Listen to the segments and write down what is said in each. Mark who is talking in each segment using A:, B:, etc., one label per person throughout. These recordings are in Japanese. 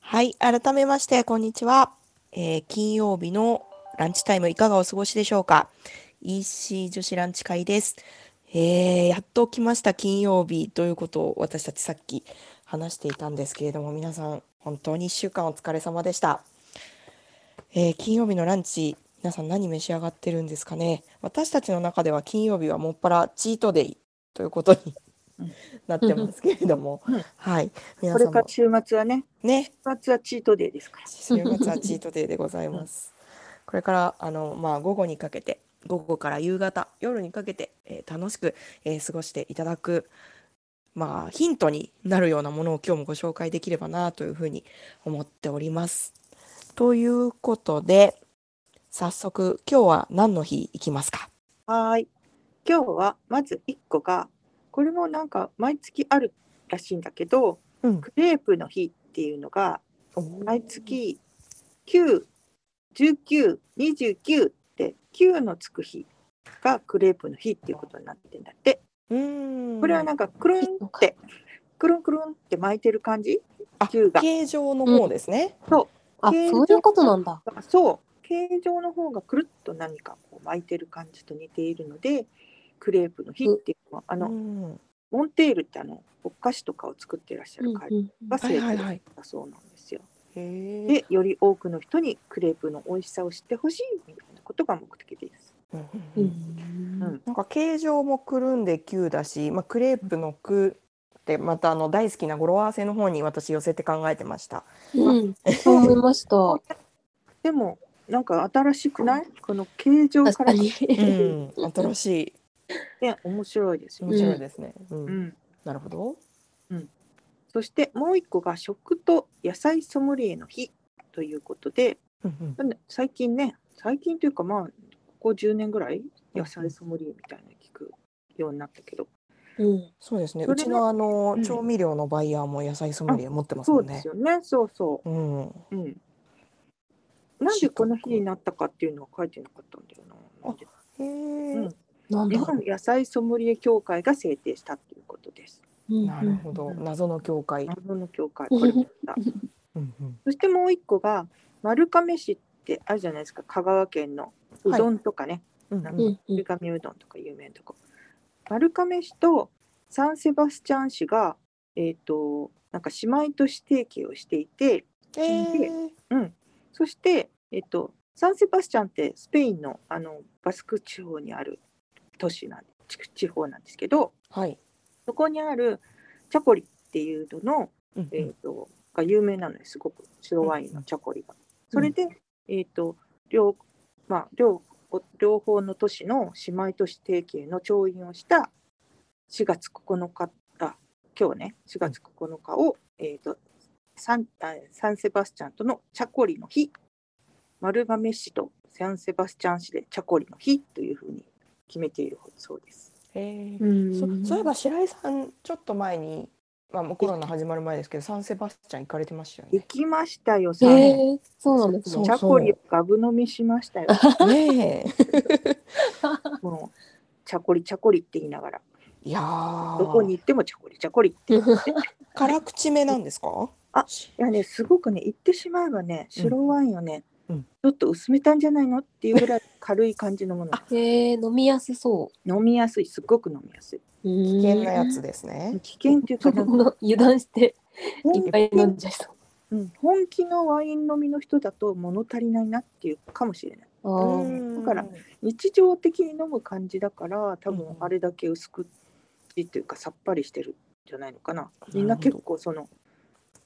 A: はい、改めまして、こんにちは。えー金曜日のランチタイム、いかがお過ごしでしょうか ?EC 女子ランチ会です。えーやっと来ました、金曜日ということを私たちさっき話していたんですけれども、皆さん、本当に1週間お疲れ様でした。えー金曜日のランチ、皆さん何召し上がってるんですかね私たちの中では金曜日はもっぱらチートデイということに
B: うん
A: なってますけれども
B: うん、
A: はい、皆
B: これ
A: さん
B: から
A: も
B: 週末はね、
A: ね、
B: 週末はチートデーですから。
A: 週末はチートデイでございます。これからあの、まあ、午後にかけて午後から夕方夜にかけて、えー楽しく、えー過ごしていただく、まあ、ヒントになるようなものを今日もご紹介できればなというふうに思っております。ということで早速今日は何の日いきますか
B: はーい。今日はまず一個が、これもなんか毎月あるらしいんだけど、
A: うん
B: クレープの日っていうのが毎月9、19、29って9のつく日がクレープの日っていうことになってんだって。
A: うーん
B: これはなんかクルンって、クルンクルンって巻いてる感じ
A: あ
B: ?9 が。
A: 形状の方ですね。
C: あ、
B: 形
C: そういうことなんだ。
B: そう形状の方がくるっと何かこう巻いてる感じと似ているのでクレープの日っていうのはあの、
A: うん
B: モンテールってあのお菓子とかを作ってらっしゃる会が
A: は
B: 成
A: いはい
B: 功
A: はい。
B: だそうなんですよ。
A: へー
B: でより多くの人にクレープの美味しさを知ってほしいみたいなことが目的です。
A: うんうんう
C: うんん
B: うん
A: なんか形状もくるんで9だし、まあ、クレープの9ってまたあの大好きな語呂合わせの方に私寄せて考えてました。
C: うん、そう思いました。
B: でもなんか新しくない、この形状
C: 確
B: か
C: からに。
A: うん、新しい
B: ね面白いですよ
A: 面
B: ね。
A: 白いですね。うん
B: うん
A: なるほど。
B: そしてもう一個が食と野菜ソムリエの日ということで、
A: うんうん
B: なんで最近ね最近というかまあここ10年ぐらい野菜ソムリエみたいなの聞くようになったけど、
C: うん、
A: そうですね。
B: それ
A: う
B: で
A: ちのあの、
B: うん
A: 調味料のバイヤーも野菜ソムリエ持ってます
B: そ
A: も
B: うんで
A: ね
B: す。よねそうそ
A: うん、
B: う、うん、なんでこの日になったかっていうのは書いてなかったんだよななんで
A: へえ、
B: うん
C: なん
B: 日
C: だろ
B: 本野菜ソムリエ協会が制定したっていうことです
C: う。
A: なるほど。謎の教会。
B: 謎の協会これもだ
A: うんうん
B: そしてもう一個が丸亀市ってあるじゃないですか香川県のうどんとかね、
A: うん
C: う
A: うん
C: ん、うん
B: 丸、亀うどんとか有名なとこ丸亀市とサンセバスチャン市がえっ、となんか姉妹都市提携をしていて
A: えー
B: そしてえっ、とサンセバスチャンってスペインのあのバスク地方にある都市なん地区地方なんですけど
A: はい。
B: そこにあるチャコリっていうのの、
A: うん
B: えー、とが有名なのですごく白ワインのチャコリが。それで、えっと両まあ、両両方の都市の姉妹都市提携の調印をした4月9日あ今日ね4月9日を、えっとサンあサンセバスチャンとのチャコリの日丸亀市とサンセバスチャン市でチャコリの日というふうに決めているそうです。
A: えー
C: うん
A: そそういえば白井さんちょっと前に、まあ、もうコロナ始まる前ですけどサンセバスチャン行かれてましたよね
B: 行。きましたよ、
C: え
B: さん
C: ー、そうなんです
A: そう
B: チ
C: ね。
B: ャコリをガブ飲みしましたよ。
A: ねえ。
B: もうチャコリチャコリって言いながら、
A: いやー
B: どこに行ってもチャコリチャコリって。い
A: 辛口目なんですか？
B: あやね、すごくね、行ってしまえばね、白ワインをね、
A: うん
B: ちょっと薄めたんじゃないのっていうぐらい軽い感じのもの。
C: えー、飲みやすそ
B: 飲みやすい、すごく飲みやすい。
C: う。
A: 危
C: 危
A: 険なやつ。ですね。
B: 危険っていうか、なんか
C: 油断して
B: 本
C: いっぱい飲んじゃいそ
B: うん本気のワイン飲みの人だと物足りないなっていうかもしれない。
C: う。あ
A: う
C: ー
A: ん
B: だから日常的に飲む感じだから、多
A: うん
B: 分あれだけ薄くっていうかさっぱりしてるんじゃないのかな。みんな結構その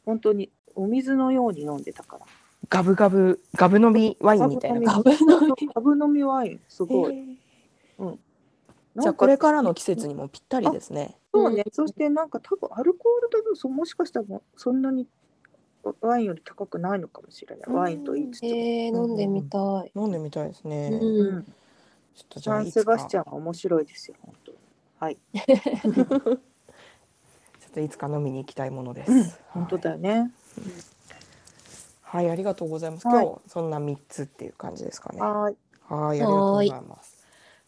B: 本当にお水のように飲んでたから。
A: ガブガブガブ飲みワインみたいな感
C: ガブ飲み。
B: アブ飲みワインす
A: じ。
B: ごい。
A: じゃあこれからの季節にもぴったりですね。
B: そうね。そしてなんか多分アルコール度数もしかしたらそんなにワインより高くないのかもしれない。
A: うん
B: ワインと言いつつ。
C: えー、飲んでみたい。
A: 飲んでみたいですね。ちょ
C: う。
B: うんん。
A: っとじゃ
B: サ
A: あ
B: ン
A: い
B: セ
A: つ
B: バ
A: か
B: ス
A: ち
B: チ
A: ょ
B: ャンは面白いですよ本当に。はい。
A: っといつか飲みに行きたいもので
B: うん
A: す。
B: 本当だよね。
A: はい、はいありがとうございます。
B: は
A: 今
B: い
A: 日そんな三つっていう感じですかね。
B: はい。
A: はい、ありがとうございます。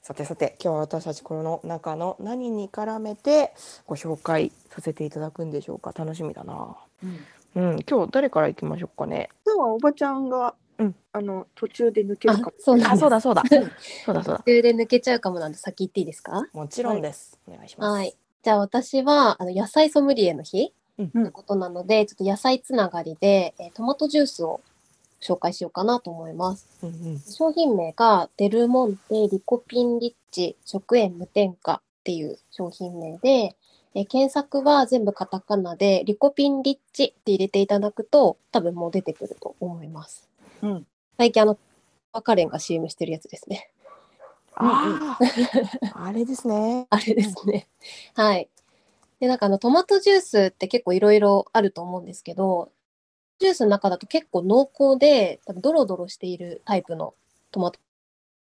A: さてさて、今日は私たちこの中の何に絡めてご紹介させていただくんでしょうか。楽しみだな。
B: うん
A: うん、今日誰から行きましょうかね。
B: 今日はおばちゃんが、
A: うん
B: あの途中で抜けるかも
C: あそうなん
A: あ、
C: だ
A: そうだ そうだ。そうだそうだ
C: 途。中で抜けちゃうかもなんで先言っていいですか
A: もちろんです。お願いします。
C: はい。じゃあ私はあの野菜ソムリエの日
A: うん
C: のことなので、ちょっと野菜つながりで、えートマトジュースを紹介しようかなと思います。
A: うんうん。
C: 商品名がデルモンテリコピンリッチ食塩無添加っていう商品名で、えー検索は全部カタカナでリコピンリッチって入れていただくと多分もう出てくると思います。
B: うん
C: 最近あのバカレンが CM してるやつですね。
A: ああ、あれですね。
C: あれですね。はい。で、なんかあの、トマトジュースって結構いろいろあると思うんですけど、ジュースの中だと結構濃厚で、多分ドロドロしているタイプのトマト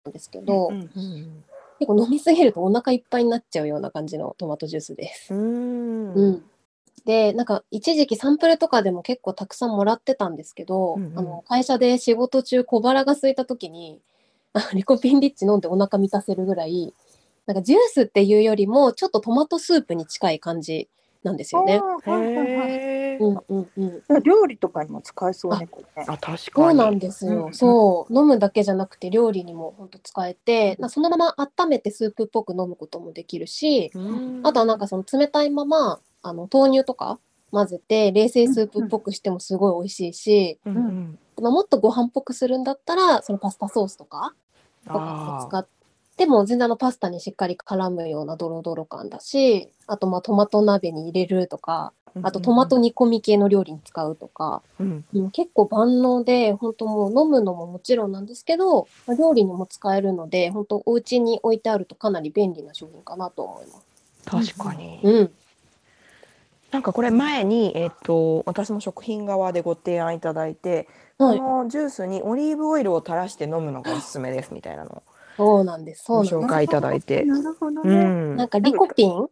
C: なんですけど、
B: うん
A: うん。
C: 結構飲みすぎるとお腹いっぱいになっちゃうような感じのトマトジュースです。
A: うん。
C: うん。で、なんか一時期サンプルとかでも結構たくさんもらってたんですけど、
A: うんうん
C: あの会社で仕事中小腹が空いた時に、あリコピンリッチ飲んでお腹満たせるぐらい、なんかジュースっていうよりもちょっとトマトスープに近い感じなんですよね。
B: あーはいはいはい
A: へえ
C: う。んうんうん。
B: 料理とかにも使えそうね、これね。
A: あ、確
C: そ
A: か
C: う
A: に。
C: なんです
B: うん
C: よ。
B: うん
C: そう。飲むだけじゃなくて料理にも本当使えて、なそのまま温めてスープっぽく飲むこともできるし、
A: うん
C: あとはなんかその冷たいままあの豆乳とか混ぜて冷製スープっぽくしてもすごい美味しいし、
A: うんうん。
C: まあ、もっとご飯っぽくするんだったらそのパスタソースとかと
A: あ
C: かも使
A: あ。
C: っても全然あのパスタにしっかり絡むようなドロドロ感だしあとまあトマト鍋に入れるとかあとトマト煮込み系の料理に使うとか、
A: うん。
C: うん結構万能で本当もう飲むのももちろんなんですけどまあ料理にも使えるので本当お家に置いてあるとかなり便利な商品かなと思います。
A: 確かに。
C: うん
A: なんかこれ前に、えっと、私も食品側でご提案いただいて、
C: はい、
A: このジュースにオリーブオイルを垂らして飲むのがおすすめですみたいなの
C: そうなんです。そう
A: を
C: なんです
A: 紹介いただいて。
B: なるほど
A: う
B: ね。
A: ん
C: なんかリコピン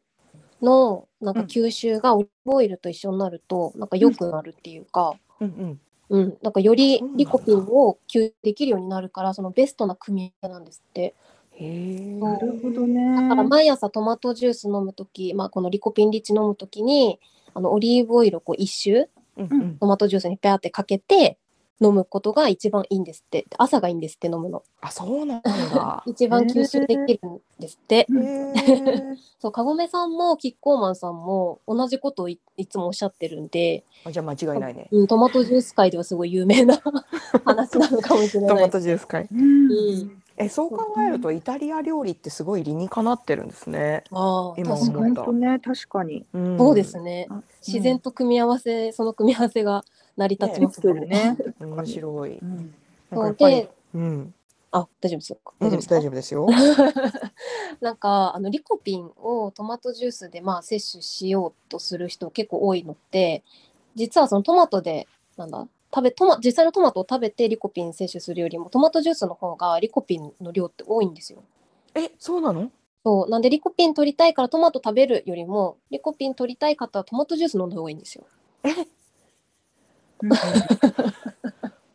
C: のなんか
B: うん
C: 吸収がオリーブオイルと一緒になるとなんか良くなるっていうか、
A: うんうん
C: うん、なんかより
A: そうなんだ
C: リコピンを吸収できるようになるからそのベストな組み合わせなんですって。
A: へえ。
C: そう
B: なるほど
C: だから
B: ね。
C: 毎朝トマトジュース飲むとき、まあこのリコピンリッチ飲むときにあのオリーブオイルをこう一周
A: うんうん
C: トマトジュースにペアってかけて。飲むことが一番いいんですって朝がいいんですって飲むの。
A: あ、そうなんだ
C: 一番吸収できるんですっ
A: へ
C: て
B: うん
A: え。
C: そう、カゴメさんもキッコーマンさんも同じことをいいつもおっしゃってるんで、
A: あじゃあ間違いないね。
C: うん、トマトジュース界ではすごい有名な 話なのかもしれ
A: ト
C: な
A: マ
C: い。
A: トジュース会。
B: うん
C: うん
A: え、そう考えるとイタリア料理ってすごい理にかなってるんですね。
C: ああ、
A: 今
C: 確
A: 思
C: か
A: う
C: に。
B: 本当ね、確かに。
A: うん
C: そうです。ね
B: うん。
C: 自然と組み合わせ、その組み合わせが成り立ち
B: で
C: ま
B: き
C: す
B: て
C: もん
B: るね。
A: 面白い。
B: うん
A: なんか
C: そ
A: や
C: う
A: っぱり
C: で、、
A: うん、
C: あ、大丈夫ですよ。
A: う
C: 大
A: ん大
C: 丈夫ですか
A: 丈夫ですよ。
C: なんかあのリコピンをトマトジュースでまあ摂取しようとする人結構多いのって実はそのトマトでなんだ食べトマ実際のトマトを食べてリコピン摂取するよりもトマトジュースの方がリコピンの量って多いんですよ。
A: え、そうなの？
C: そうなんでリコピン取りたいからトマト食べるよりもリコピン取りたい方はトマトジュース飲んだ方がいいんですよ。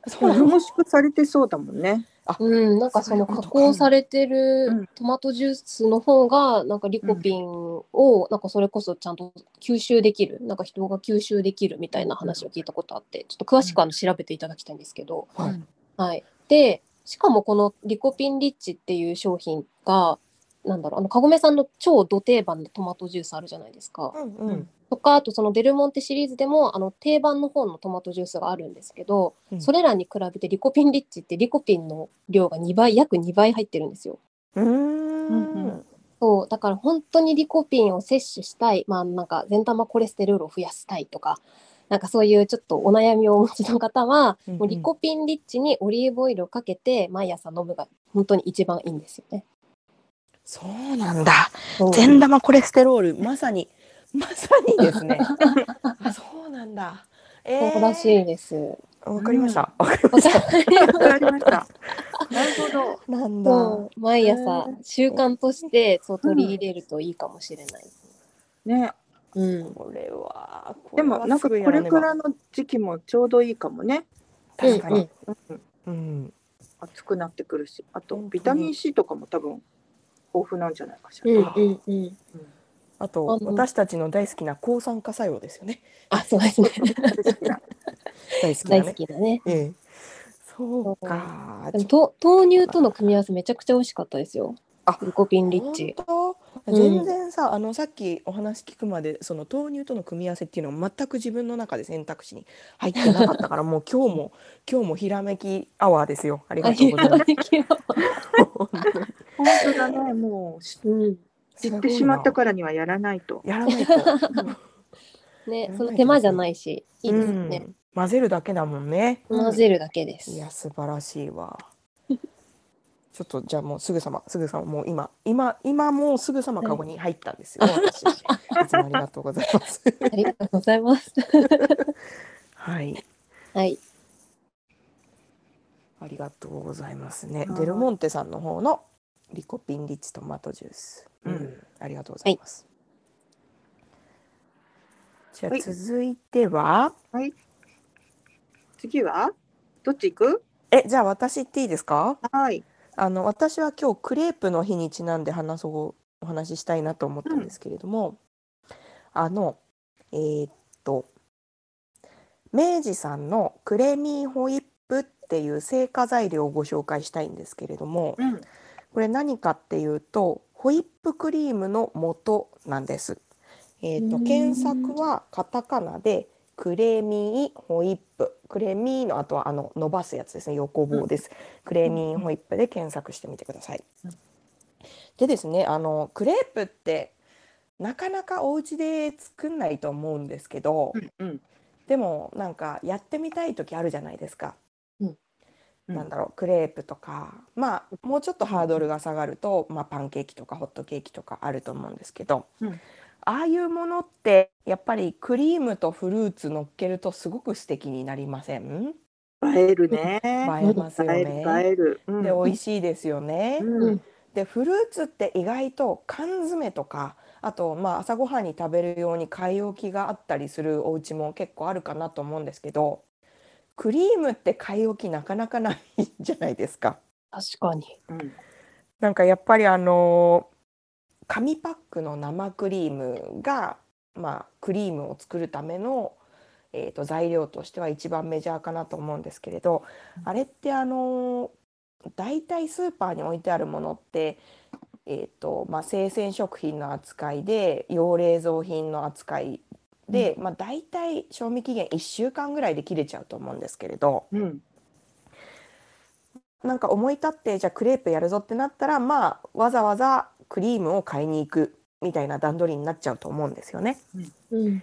A: そうなの？
B: 凝縮されてそうだもんね。
C: うん、なんかその
A: そういう
C: 加
A: ことか
C: 工されて
B: うん
C: るトマトジュースの方がなんかリコピンをなんかそれこそちゃんと吸収できるなんか人が吸収できるみたいな話を聞いたことあってちょっと詳しくあの調べていただきたいんですけど、
A: はい
B: うん
C: はい、でしかもこのリコピンリッチっていう商品がなんだろうあのカゴメさんの超ド定番のトマトジュースあるじゃないですか。
A: うんうん。
C: とかあとそのデルモンテシリーズでもあの定番の方のトマトジュースがあるんですけど、
A: うん
C: それらに比べてリコピンリッチってリコピンの量が2倍約2倍入ってるんですよ。
A: うーん。
B: うんうん
C: そうだから本当にリコピンを摂取したい、まあ、なんか善玉コレステロールを増やしたいとかなんかそういうちょっとお悩みをお持ちの方は、
A: うんうん
C: もうリコピンリッチにオリーブオイルをかけて毎朝飲むが本当に一番いいんですよね。
A: そうなんだ。
C: そう
A: 善玉コレステロール、まさに、まさにです ね。あ、そうなんだ。え
C: そ
A: ー、
C: うらしいです。
A: わかりました。わかりま
C: わ
A: し
C: か
A: た。
B: わかりました。なるほど。
A: なんだ。
C: そう毎朝習慣としてそう取り入れるといいかもしれない。
B: ね、
C: うん、
A: これは。こ
B: で
A: れは
B: もなん
A: す
B: かこ
A: ぐやら
B: れ
A: ね
B: か
A: ば
B: らの時期もちょうどいいかもね。
A: 確か
C: うんう
A: に
C: ん。
A: うん。
B: 暑くなってくるし、あと
A: 本当に
B: ビタミン C とかも多分豊富なんじゃないかしら。
C: うんうんうん。
A: あと
C: あの
A: 私たちの大好きな抗酸化作用ですよね。
C: あ、そうですね。
B: 私好きな
A: 大好き
C: 大
A: だ
C: 好
A: ね。
C: きだね。
A: うん。そうか。
C: でもと豆乳との組み合わせめちゃくちゃ美味しかったですよ。
A: あ
C: リコピンリッチ。
A: 本当
C: うん
A: 全然さ、あのさっきお話聞くまでその豆乳との組み合わせっていうのは全く自分の中で選択肢に入ってなかったから もう今日も今日もひらめきアワーですよありがとうござい ます。本当に
B: 本当だね、もう知
C: うん。
A: す
B: 知
A: ごいな
B: ってしまったからにはやらないと。
A: やらないと、
C: ね、その手間じゃないし、 いいですね。
A: うん混ぜるだけだもんね。
B: うん
C: 混ぜるだけで
A: い
C: す。
A: や素晴らしいわ。ちょっとじゃあもうすぐさますぐさまもう今今今もうすぐさまカゴに入ったんですよ、私。いつもありがとうございます。
C: ありがとうござ います。
A: はい。
C: はい。
A: ありがとうございますね
B: は。い
A: デルモンテさんの方のリコピンリッチトマトジュース。うん、
B: うん
A: ありがとうございます。じゃ
B: は
A: あ
B: い
A: 続いては、
B: 次はどっち行く
A: え、じゃあ私行っていいですか？
B: はい。
A: あの私は今日クレープの日にちなんで話そうお話ししたいなと思ったんですけれども、あのえーっと明治さんのクレミーホイップっていう製菓材料をご紹介したいんですけれども、
B: うん。
A: これ何かっていうとホイップクリームの素なんです。えー、と
C: うん
A: 検索はカタカナでクレミーホイップクレミーの後はあの伸ばすやつですね横棒です、クレミーホイップで検索してみてください。
B: うん
A: でですねあのクレープってなかなかお家で作んないと思うんですけど、
B: うん。
A: でもなんかやってみたい時あるじゃないですか。
B: うん
A: なんだろうクレープとかまあもうちょっとハードルが下がると、まあ、パンケーキとかホットケーキとかあると思うんですけど、
B: うん
A: ああいうものってやっぱりクリームとフルーツ乗っけるとすごく素敵になりません
B: 映えるね。
A: 映えますよ
B: 映える
A: ね。
B: 映える。うん
A: で美味しいですよね。
B: うん。
A: でフルーツって意外と缶詰とかあとまあ朝ごはんに食べるように買い置きがあったりするお家も結構あるかなと思うんですけどクリームって買い置きなかなかないじゃないですか。
C: 確かに。
B: うん
A: なんかやっぱりあの紙パックの生クリームが、まあ、クリームを作るための、えー、と材料としては一番メジャーかなと思うんですけれどあれってあの大体スーパーに置いてあるものって、えーとまあ、生鮮食品の扱いで要冷蔵品の扱いで、まあ、大体賞味期限1週間ぐらいで切れちゃうと思うんですけれど。
B: うん。
A: なんか思い立ってじゃあクレープやるぞってなったらまあわざわざクリームを買いに行くみたいな段取りになっちゃうと思うんですよね。
C: うん。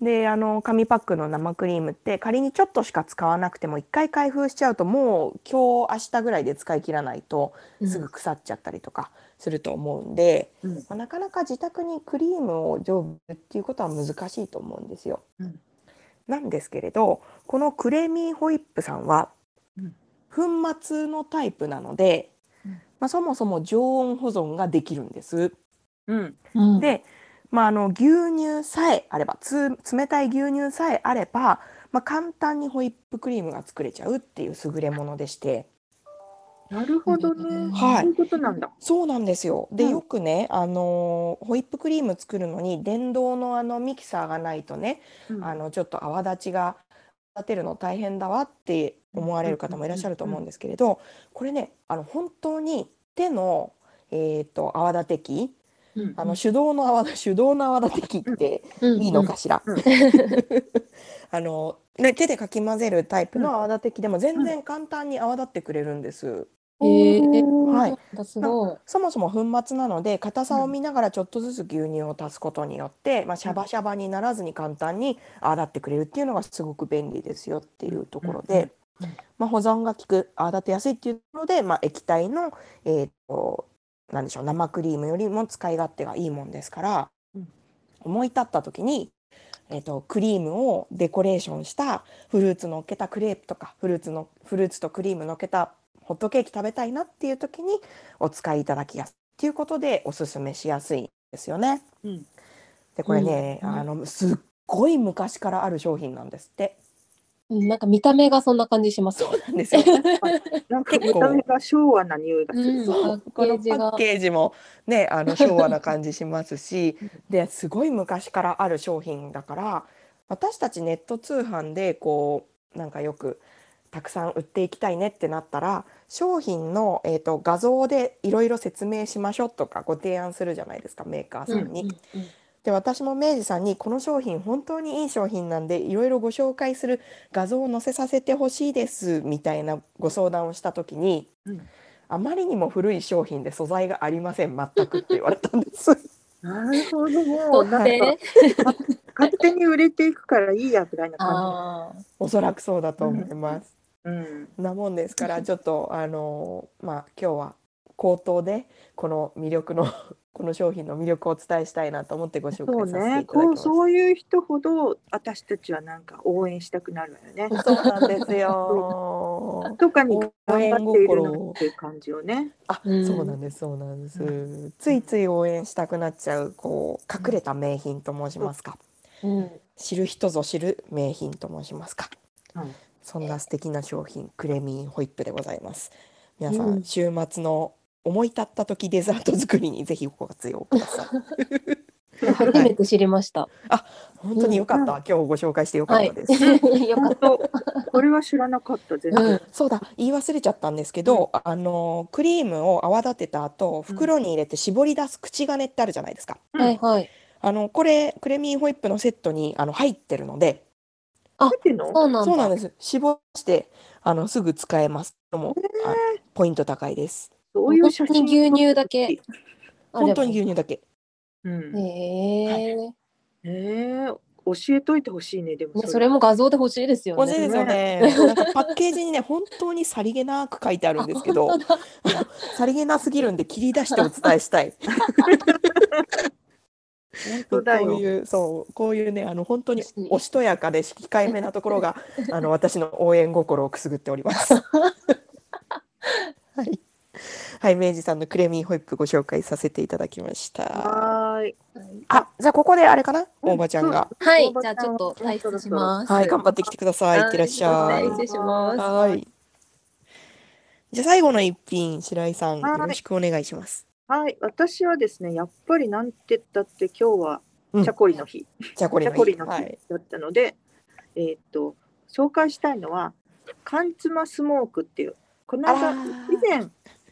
A: であの紙パックの生クリームって仮にちょっとしか使わなくても一回開封しちゃうともう今日明日ぐらいで使い切らないとすぐ腐っちゃったりとかすると思うんで、
B: うん
A: まあなかなか自宅にクリームを常備っていうことは難しいと思うんですよ。
B: うん
A: なんですけれどこのクレミーホイップさんは
B: うん
A: 粉末のタイプなので、
B: うん
A: まあ、そもそも常温保存ができるんです。
B: うん。
C: うん。
A: で、まあ、あの牛乳さえあればつ冷たい牛乳さえあれば、まあ、簡単にホイップクリームが作れちゃうっていう優れものでして。
B: なるほどね。
A: はい
B: そういうことなんだ。
A: そうなんですよ。で、
B: うん
A: よくね、あのーホイップクリーム作るのに電動のあのミキサーがないとね、
B: うん
A: あのちょっと泡立ちが立てるの大変だわって思われる方もいらっしゃると思うんですけれど、これね、あの本当に手のえっと泡立て器、
B: うん
A: あの手動の泡 手動の泡立て器って
C: うん
A: いいの。かしら
B: うん。
A: あのね手でかき混ぜるタイプの泡立て器でも全然簡単に泡立ってくれるんです。
C: へえ。
A: はい
C: い。すごい。
A: そもそも粉末なので硬さを
B: うん
A: 見ながらちょっとずつ牛乳を足すことによって、まあ、シャバシャバにならずに簡単に泡立ってくれるっていうのがすごく便利ですよっていうところで、
B: うんうん
A: まあ、保存が効く泡立てやすいっていうところで、まあ、液体の、えー、となんでしょう生クリームよりも使い勝手がいいもんですから、
B: うん
A: 思い立った時に、えー、とクリームをデコレーションしたフルーツのっけたクレープとかフルーツのフルーツとクリームのっけたホットケーキ食べたいなっていう時にお使いいただきやすいっていうことでおすすめしやすいんですよね。
B: うん
A: でこれね、
C: うん
A: あのすっごい昔からある商品なんですって。
C: うんなんか見た目がそんな感じします。
A: そうなんですよ。
B: なんか
A: 結
B: 見
A: 構
B: た目が昭和な匂いがす
C: う
B: る
C: ん。
A: そう
C: パ
A: こ
C: ッケー
A: の
C: ジ
A: パ
C: が
A: ッケージもねあの昭和な感じします しですごい昔からある商品だから私たちネット通販でこなんかよくたくさん売っていきたいねってなったら商品の、えー、と画像でいろいろ説明しましょうとかご提案するじゃないですかメーカーさんに。で私も明治さんにこの商品本当にいい商品なんでいろいろご紹介する画像を載せさせてほしいですみたいなご相談をした時に、
B: うん
A: あまりにも古い商品で素材がありません全くって言われたんです
B: なるほど、も
C: と
B: う
C: っ
B: なんか
C: て
B: 勝手に売れていくからいいやぐらいな感
C: ああ
A: おそらくそうだと思います。
B: じ。うん、
A: なもんですからちょっとあのまあ今日は口頭でこの魅力の この商品の魅力をお伝えしたいなと思ってご紹
B: そう
A: 介させてい
B: ね、
A: ただき
B: こ
A: ま
B: う
A: した。
B: そういう人ほど私たちはなんか応援したくなるわよね。
A: そうなんです よ。
B: とかに
A: 応
B: 頑
A: 援
B: 張っている
A: 心
B: の
A: を
B: っていう感じをね。
A: あ、
C: うん
A: そうなんです、そうなんです。
B: う
A: ついつい応援したくなっちゃう、こう隠れた名品と申しますか。
C: うん
A: 知る人ぞ知る名品と申しますか。
B: うん
A: そんな素敵な商品、クレミンホイップでございます。皆さ
C: うん
A: ん、週末の思い立った時デザート作りにぜひご活用ください。
C: 初めて知りました。
A: 本当に良かった、今日ご紹介して良かった です。
C: よか
B: 本
C: っ
B: 当、これは知らなかった、全
C: た。う
B: 然。
C: ん
A: そうだ言い忘れちゃったんですけど、あのクリームを泡立てた後袋に入れて絞り出す口金ってあるじゃないですか、
C: はいはい。
A: あのこれクレミーホイップのセットにあの入ってるので
B: 食べてんの
C: そうなんだ。
A: そうなんです絞してあのすぐ使えますのもあポイント高いです
B: そういう写真。
C: 本当に牛乳だけ。あれば
A: 本当に牛乳だけ
B: うん。
C: へえ。
B: えー、教えといてほしいね、でも
C: ねそれも画像で欲しいですよ
A: 欲しい
C: ね。
A: ですよねなんかパッケージにね本当にさりげなく書いてあるんですけど
C: 本当だ
A: さりげなすぎるんで切り出してお伝えしたいこ
B: 本当だ
A: う
B: よ。
A: いうそうこういうねあの本当に
C: 欲しい
A: おしとやかで控えめなところ があの私の応援心をくすぐっており ます。はい、はい、明治さんのクレミーホイップご紹介させていただきました。
B: はーい。
A: あ、じゃあここであれかな、大場ちゃんが。
C: はい、じゃあちょっと退出します。
A: はい、頑張ってきてください。いってらっしゃ。
C: はい失礼します。
A: はい。じゃあ最後の一品、白井さん、
B: はい
A: よろしくお願いします。
B: はい、私はですね、やっぱりなんて言ったって今日は
A: うん
B: チャコリの日
A: じゃあこれ
B: チャコリの
A: は
B: 日
A: い。
B: だったので、えーっと紹介したいのは缶つまスモークっていうこの
A: あ
B: 間以
A: ー
B: 前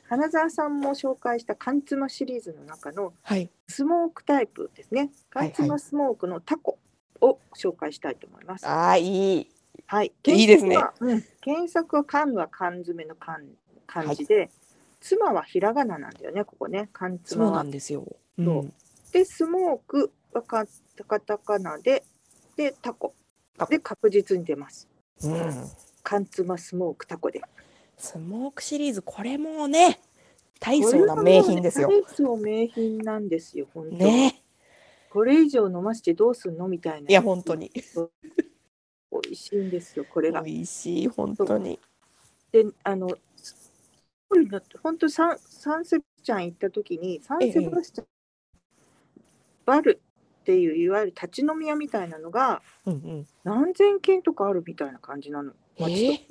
B: 花澤さんも紹介した缶つまシリーズの中の
A: はい。
B: スモークタイプですね
A: はいは
B: 缶
A: い
B: つまスモークのタコを紹介したいと思います。はい、
A: ああ、いい。いいです
B: 検
A: ね
B: 索はうん検索は缶は缶詰の缶漢字で、妻はひらがななんだよねここね缶つ
A: そ
B: ま
A: うな
B: は
A: ん。ですよ。
B: そ
A: う
B: う
A: ん
B: でスモークはカタカナででタコ
A: タコ
B: で確実に出ます。
A: うん。
B: 缶つまスモークタコで。
A: スモークシリーズ、これもね、大層な名品ですよ
B: こ。れはもうね大層名品なんですよ、本当。
A: ね。
B: これ以上飲ませてどうすんのみたいな。
A: いや、本当。に。
B: 美味しいんですよ、これが。
A: 美味しい、本当に。
B: で、あの、これだって本当サン、サンセバスチャン行った時に、サンセバスチャン、バルっていう、いわゆる立ち飲み屋みたいなのが、
A: うんうん。
B: 何千軒とかあるみたいな感じなの。
A: え
B: 街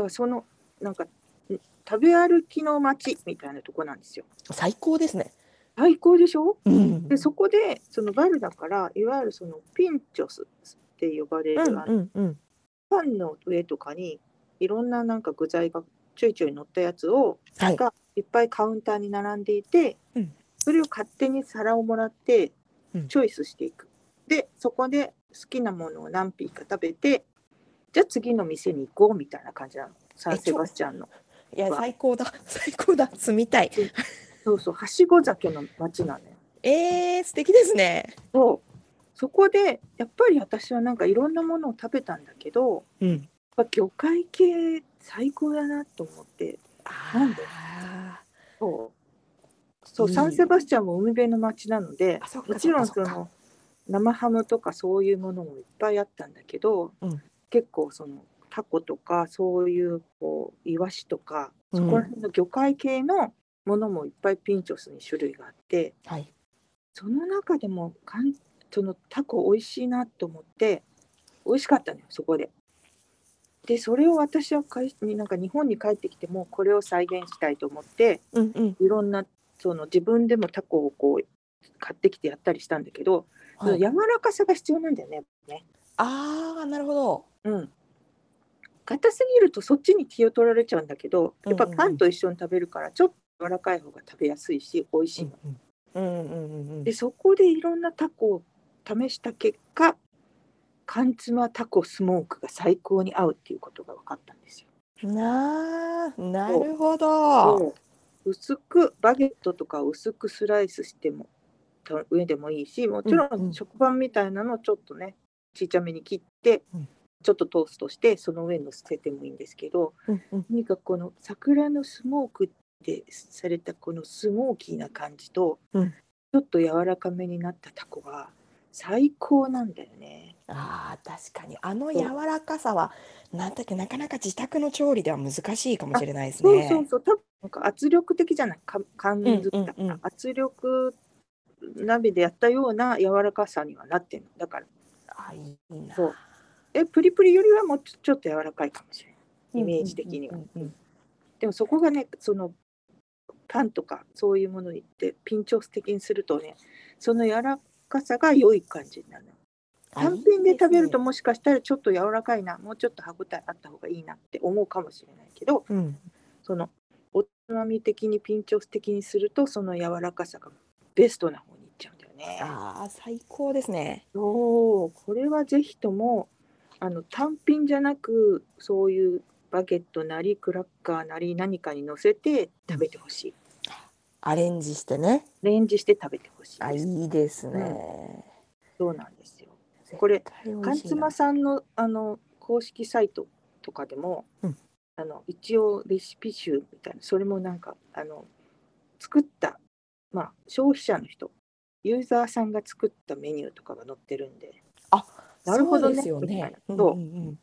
A: ー
B: だからその、なんか、ん食べ歩きの街みたいなとこなんですよ。
A: 最高ですね。
B: 最高でしょ
A: うん
B: でそこでそのバルだからいわゆるそのピンチョスって呼ばれる、
A: うん
B: あ
A: う
B: の
A: んうん。
B: パンの上とかにいろんななんか具材がちょいちょい乗ったやつを
A: はい。
B: がいっぱいカウンターに並んでいて、
A: うん
B: それを勝手に皿をもらって
A: うん
B: チョイスしていく。でそこで好きなものを何品か食べてじゃあ次の店に行こうみたいな感じなのサンセバスチャンの。
A: いや、最高だ。 最高だ。住みたい。
B: そうそうはしご酒の街なのよ。
A: えー、素敵ですね。
B: そうそこでやっぱり私はなんかいろんなものを食べたんだけど
A: うん。
B: やっぱ魚介系最高だなと思ってなんで
A: あ
B: そうそう
A: いい
B: サンセバスチャンも海辺の町なので
A: あそっか
B: もちろん
A: そっ
B: そ
A: かそっか
B: の生ハムとかそういうものもいっぱいあったんだけど、
A: うん
B: 結構そのタコとかそういうこうイワシとか
A: ー
B: そこら辺の魚介系のものもいっぱいピンチョスに種類があって
A: はい。
B: その中でもかんそのタコ美味しいなと思って美味しかったのよそこで。でそれを私はかいなんか日本に帰ってきてもうこれを再現したいと思って
A: うんうん。
B: いろんなその自分でもタコをこう買ってきてやったりしたんだけど、その
A: はい
B: 柔らかさが必要なんだよね。ね
A: ああ、なるほど。
B: うん、硬すぎるとそっちに気を取られちゃうんだけどやっぱ
A: うんうんうん
B: パンと一緒に食べるからちょっと柔らかい方が食べやすいし美味しいの。
A: うんうんうんうん
B: でそこでいろんなタコを試した結果缶妻タコスモークが最高に合うっていうことが分かったんですよ。
A: うん。なあ、なるほど。
B: そう薄くバゲットとかを薄くスライスしてもた上でもいいしもちろ
A: うんうん
B: ん食パンみたいなのをちょっとねちっちゃめに切って
A: うん
B: ちょっとトーストしてその上に乗せてもいいんですけど
A: うんうん
B: とにかくこの桜のスモークでされたこのスモーキーな感じと、
A: うん
B: ちょっと柔らかめになったタコは最高なんだよね。
A: ああ、確かに。あの柔らかさは、なんだっけ、なかなか自宅の調理では難しいかもしれないです
B: そう
A: ね。
B: そうそう、多分なんか圧力的じゃないか缶詰だから、
A: うんうんうん
B: 圧力鍋でやったような柔らかさにはなってるのだから
A: あ、いいな。
B: そうえプリプリよりはもうちょちょっと柔らかいかもしれないイメージ的には。
A: うんうんうん
B: でもそこがねそのパンとかそういうものにってピンチョス的にするとねその柔らかさが良い感じになるの
A: あ
B: 単品で食べると
A: いい
B: もしかしたらちょっと柔らかいなもうちょっと歯ごたえあった方がいいなって思うかもしれないけど
A: ですね
B: そのおつまみ的にピンチョス的にするとその柔らかさがベストな方にいっちゃうんだよね
A: うん。。ああ、最高ですね。
B: そうこれはぜひともあの単品じゃなくそういうバゲットなりクラッカーなり何かに乗せて食べてほしい。
A: アレンジしてね。
B: レンジして食べてほしい
A: あ、
B: で
A: い
B: す。
A: いですね。
B: そうなんですよ。これ
A: 絶対美
B: 缶
A: 味しいな
B: 妻さんのあの公式サイトとかでも、
A: うん
B: あの一応レシピ集みたいなそれもなんかあの作った、まあ、消費者の人ユーザーさんが作ったメニューとかが載ってるんで
A: あ
B: なるほど
A: そうで
B: ね
A: すよ
B: みた
A: ね
B: い。
A: う
B: なんそう
A: うんうん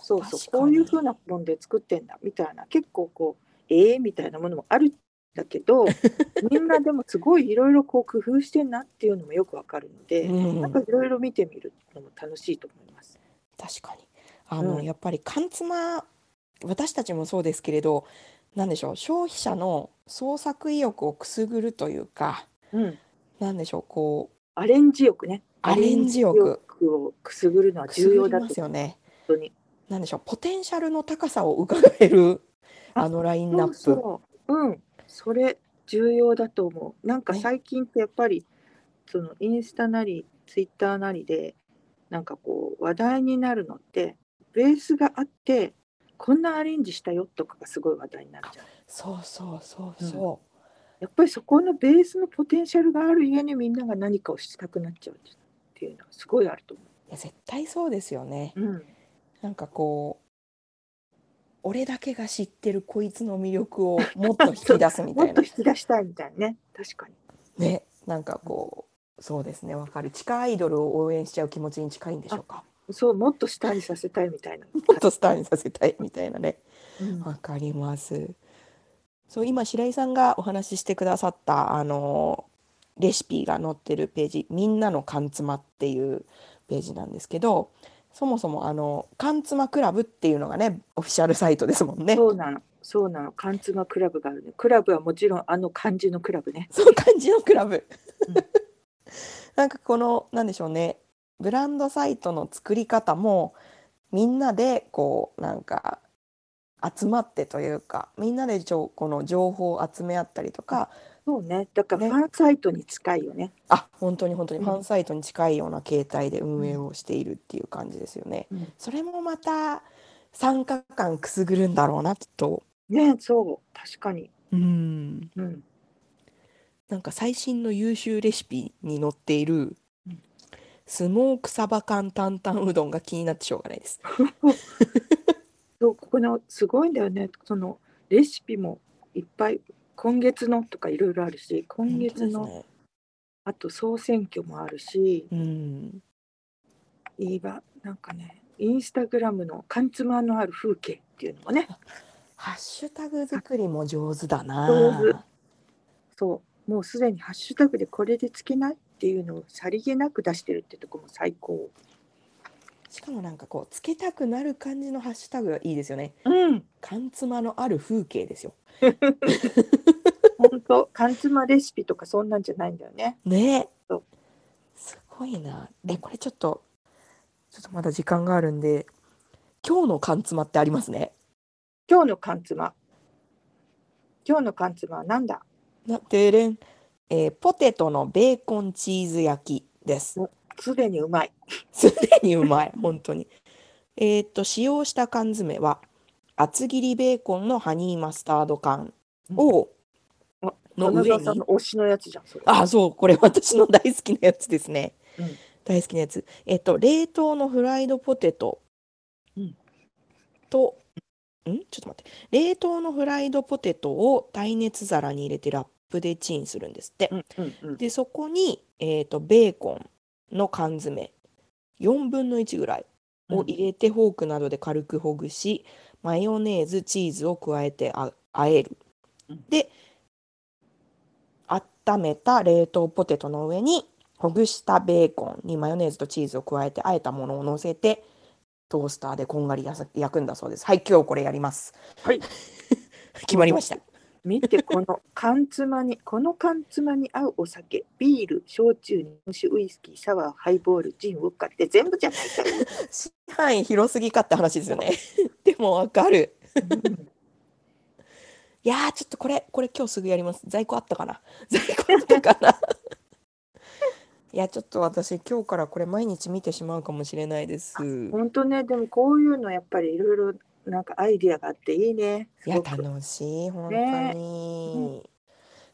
B: そうそ
A: 確
B: う
A: かに
B: こういうふうなもんで作ってんだみたいな結構こうええみたいなものもあるんだけ どみんなでもすごいいろいろこう工夫してんなっていうのもよくわかるので、
A: うん
B: なんかいろいろ見てみるのも楽しいと思います。
A: 確かにあの、
B: うん
A: やっぱり缶妻私たちもそうですけれどなんでしょう消費者の創作意欲をくすぐるというか
B: うん
A: なんでしょうこう
B: アレンジ欲ね。
A: アレンジ欲
B: アレンジ欲をくすぐるのは
A: くすぐ
B: 重要
A: り
B: だ
A: ま
B: と
A: すよね
B: 本当に。
A: なんでしょうポテンシャルの高さを伺えるあのラインナップ
B: そうそう。うん。それ重要だと思う。なんか
A: ね
B: 最近ってやっぱりそのインスタなりツイッターなりでなんかこう話題になるのってベースがあってこんなアレンジしたよとかがすごい話題になるじゃん。
A: そうそうそうそ
B: やっぱりそこのベースのポテンシャルがあるゆえにみんなが何かをしたくなっちゃうっていうのはすごいあると思
A: う、いや絶対そうですよね
B: う。うん。
A: なんかこう俺だけが知ってるこいつの魅力をもっと引き出すみた
B: も
A: い
B: っと
A: な
B: 引き出したいみたいなね。確かに。
A: ね、なんかこう、そうですね、わかる。地下アイドルを応援しちゃう気持ちに近いんでしょうか。
B: そう、もっと下にさせたいみたいな。
A: もっとスターにさせたいみたいなね。
B: うん
A: わかります。そう、今白井さんがお話ししてくださった、あの。レシピが載ってるページ、みんなの缶詰っていうページなんですけど。そもそも、あの、缶詰クラブっていうのがね、オフィシャルサイトですもんね。
B: そうなの。そうなの。缶妻クラブがあるね。クラブはもちろんあの漢字のクラブね。
A: そう感じのクラブ
B: うん。
A: なんかこのなんでしょうねブランドサイトの作り方もみんなでこうなんか集まってというかみんなでちょこの情報を集め合ったりとか
B: そうね。だから
A: ね
B: ファンサイトに近いよね。
A: あ本当に本当に
B: うん
A: ファンサイトに近いような形態で運営をしているっていう感じですよね。
B: うん
A: それもまた参加感くすぐるんだろうなと。
B: ね、そう。確かに。
A: うん
B: うん。
A: なんか最新の優秀レシピに載っている
B: うん
A: スモークサバ缶担々うどんが気になってしょうがないです。
B: そう、ここのすごいんだよね。そのレシピもいっぱい。今月のとかいろいろあるし、今月
A: 本
B: の、
A: 当ですね
B: あと総選挙もあるし、
A: うん、
B: いいわなんかね、インスタグラムの缶妻のある風景っていうのもね、
A: ハッシュタグ作りも上手だな。
B: 上手そう、もうすでにハッシュタグでこれでつけないっていうのをさりげなく出してるってとこも最高。
A: しかもなんかこうつけたくなる感じのハッシュタグがいいですよね。
B: うん、
A: 缶詰のある風景ですよ。
B: 本 当、缶詰レシピとかそんなんじゃないんだよね。
A: ねえ
B: そう。
A: すごいな。え、これちょっと、ちょっとまだ時間があるんで、今日の缶詰ってありますね。
B: 今日の缶詰今日の缶詰はなんだ
A: なてれん、えーポテトのベーコンチーズ焼きです。
B: すでにうまい
A: すでにうまい、本当に。えーっと、使用した缶詰は、厚切りベーコンのハニーマスタード缶を、
B: あ
A: の
B: 金
A: 上
B: 沢
A: に
B: さんの推しのやつじゃんそれ
A: あ、そう、これ私の大好きなやつですね。
B: うん
A: 大好きなやつ。えっと、冷凍のフライドポテト
B: うん
A: と、んちょっと待って。冷凍のフライドポテトを耐熱皿に入れてラップでチンするんですって
B: う。んうんうん
A: で、そこに、えっと、ベーコンの缶詰、4分の1ぐらいを入れてフォークなどで軽くほぐし、マヨネーズ、チーズを加えてあ和える
B: うん。
A: で、温めた冷凍ポテトの上に、ほぐしたベーコンにマヨネーズとチーズを加えて、和えたものを乗せて、トースターでこんがりやさ焼くんだそうです。はい、今日これやります。
B: はい
A: 決まりました。
B: 見てこの缶詰にこの缶詰に合うお酒ビール焼酎日本酒ウイスキーサワーハイボールジンウォッカって全部じゃないかよ
A: 支配広すぎかって話ですよね。 でもわかる。
B: うん
A: いやーちょっとこれこれ今日すぐやります在庫あったかな 在庫あったかな いやちょっと私今日からこれ毎日見てしまうかもしれないです
B: 本当ねでもこういうのやっぱりいろいろなんかアイディアがあっていいねす
A: いや
B: ごく
A: 楽しい本
B: ね
A: 当に、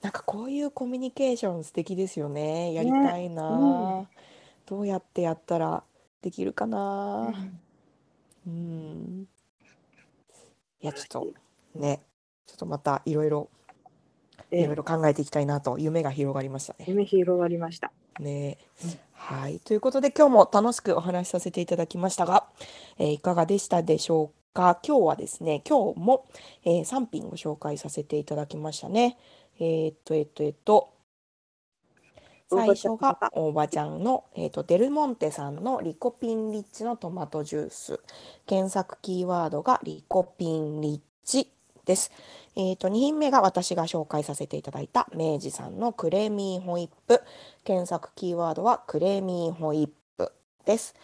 A: なんかこういうコミュニケーション素敵ですよねやりたいな、
B: う
A: どうやってやったらできるかなうん、いやちょっとねちょっとまたいろいろい
B: え
A: ろい
B: え
A: ろ考えていきたいなと夢が広がりましたね
B: 夢広がりました
A: ね
B: うん
A: はい。ということで、今日も楽しくお話しさせていただきましたが、えーいかがでしたでしょうか。今日はですね、今日も、え3品ご紹介させていただきましたね。えーっと、えーっと、えーっと、
B: 大
A: 最
B: 葉ちゃん
A: 初が大場ちゃんの、えーっと、デルモンテさんのリコピンリッチのトマトジュース。検索キーワードがリコピンリッチです。えーっと、2品目が私が紹介させていただいた明治さんのクレミーホイップ。検索キーワードはクレミーホイップです。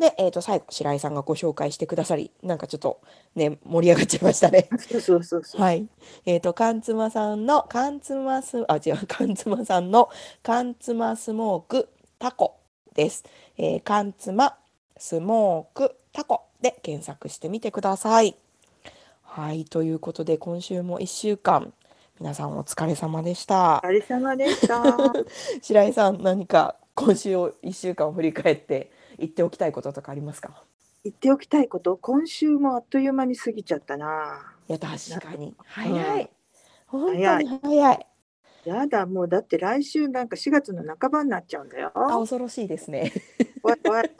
A: で、えー、と最後白井さんがご紹介してくださりなんかちょっとね盛り上がっちゃいましたね。
B: そうそうそうそう、
A: はい。えっ、と、缶つまさんの、缶つます、あ、違う、 缶つまさんの、缶つまスモークタコです。えー、缶つまスモークタコで検索してみてください。はい。ということで、今週も1週間、皆さんお疲れ様でした
B: お。疲れ様 でしたう
A: 白井さん、何か今週を1週間を振り返って言っておきたいこととかありますか
B: 言っておきたいこと今週もあっという間に過ぎちゃったない
A: や、確かに。
B: ん
A: 早い。本当に
B: 早い
A: 早い。
B: やだもうだって来週なんか4月の半ばになっちゃうんだよ
A: あ、恐ろしいですね。
B: 怖い怖い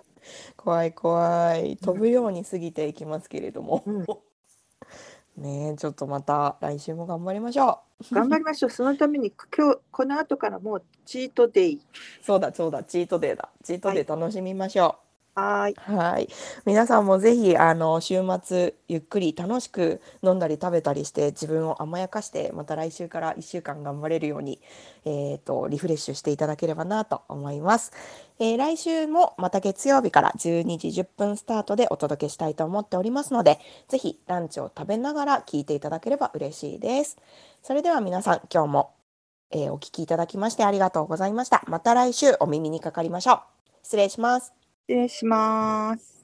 A: 怖い怖い飛ぶように過ぎていきますけれども、
B: うん
A: ねえちょっとまた来週も頑張りましょ
B: 頑張りましょう。そのために今日この後からもうチートデイ。
A: うそうだそうだチートデーだチートデー楽しみましょ
B: はーい。
A: うはい皆さんもぜひあの週末ゆっくり楽しく飲んだり食べたりして自分を甘やかしてまた来週から1週間頑張れるように、えー、とリフレッシュしていただければなと思います、えー来週もまた月曜日から12時10分スタートでお届けしたいと思っておりますのでぜひランチを食べながら聞いていただければ嬉しいです。それでは皆さん今日も、えーお聞きいただきましてありがとうございました。また来週お耳にかかりましょう。失礼します。
B: 失礼します。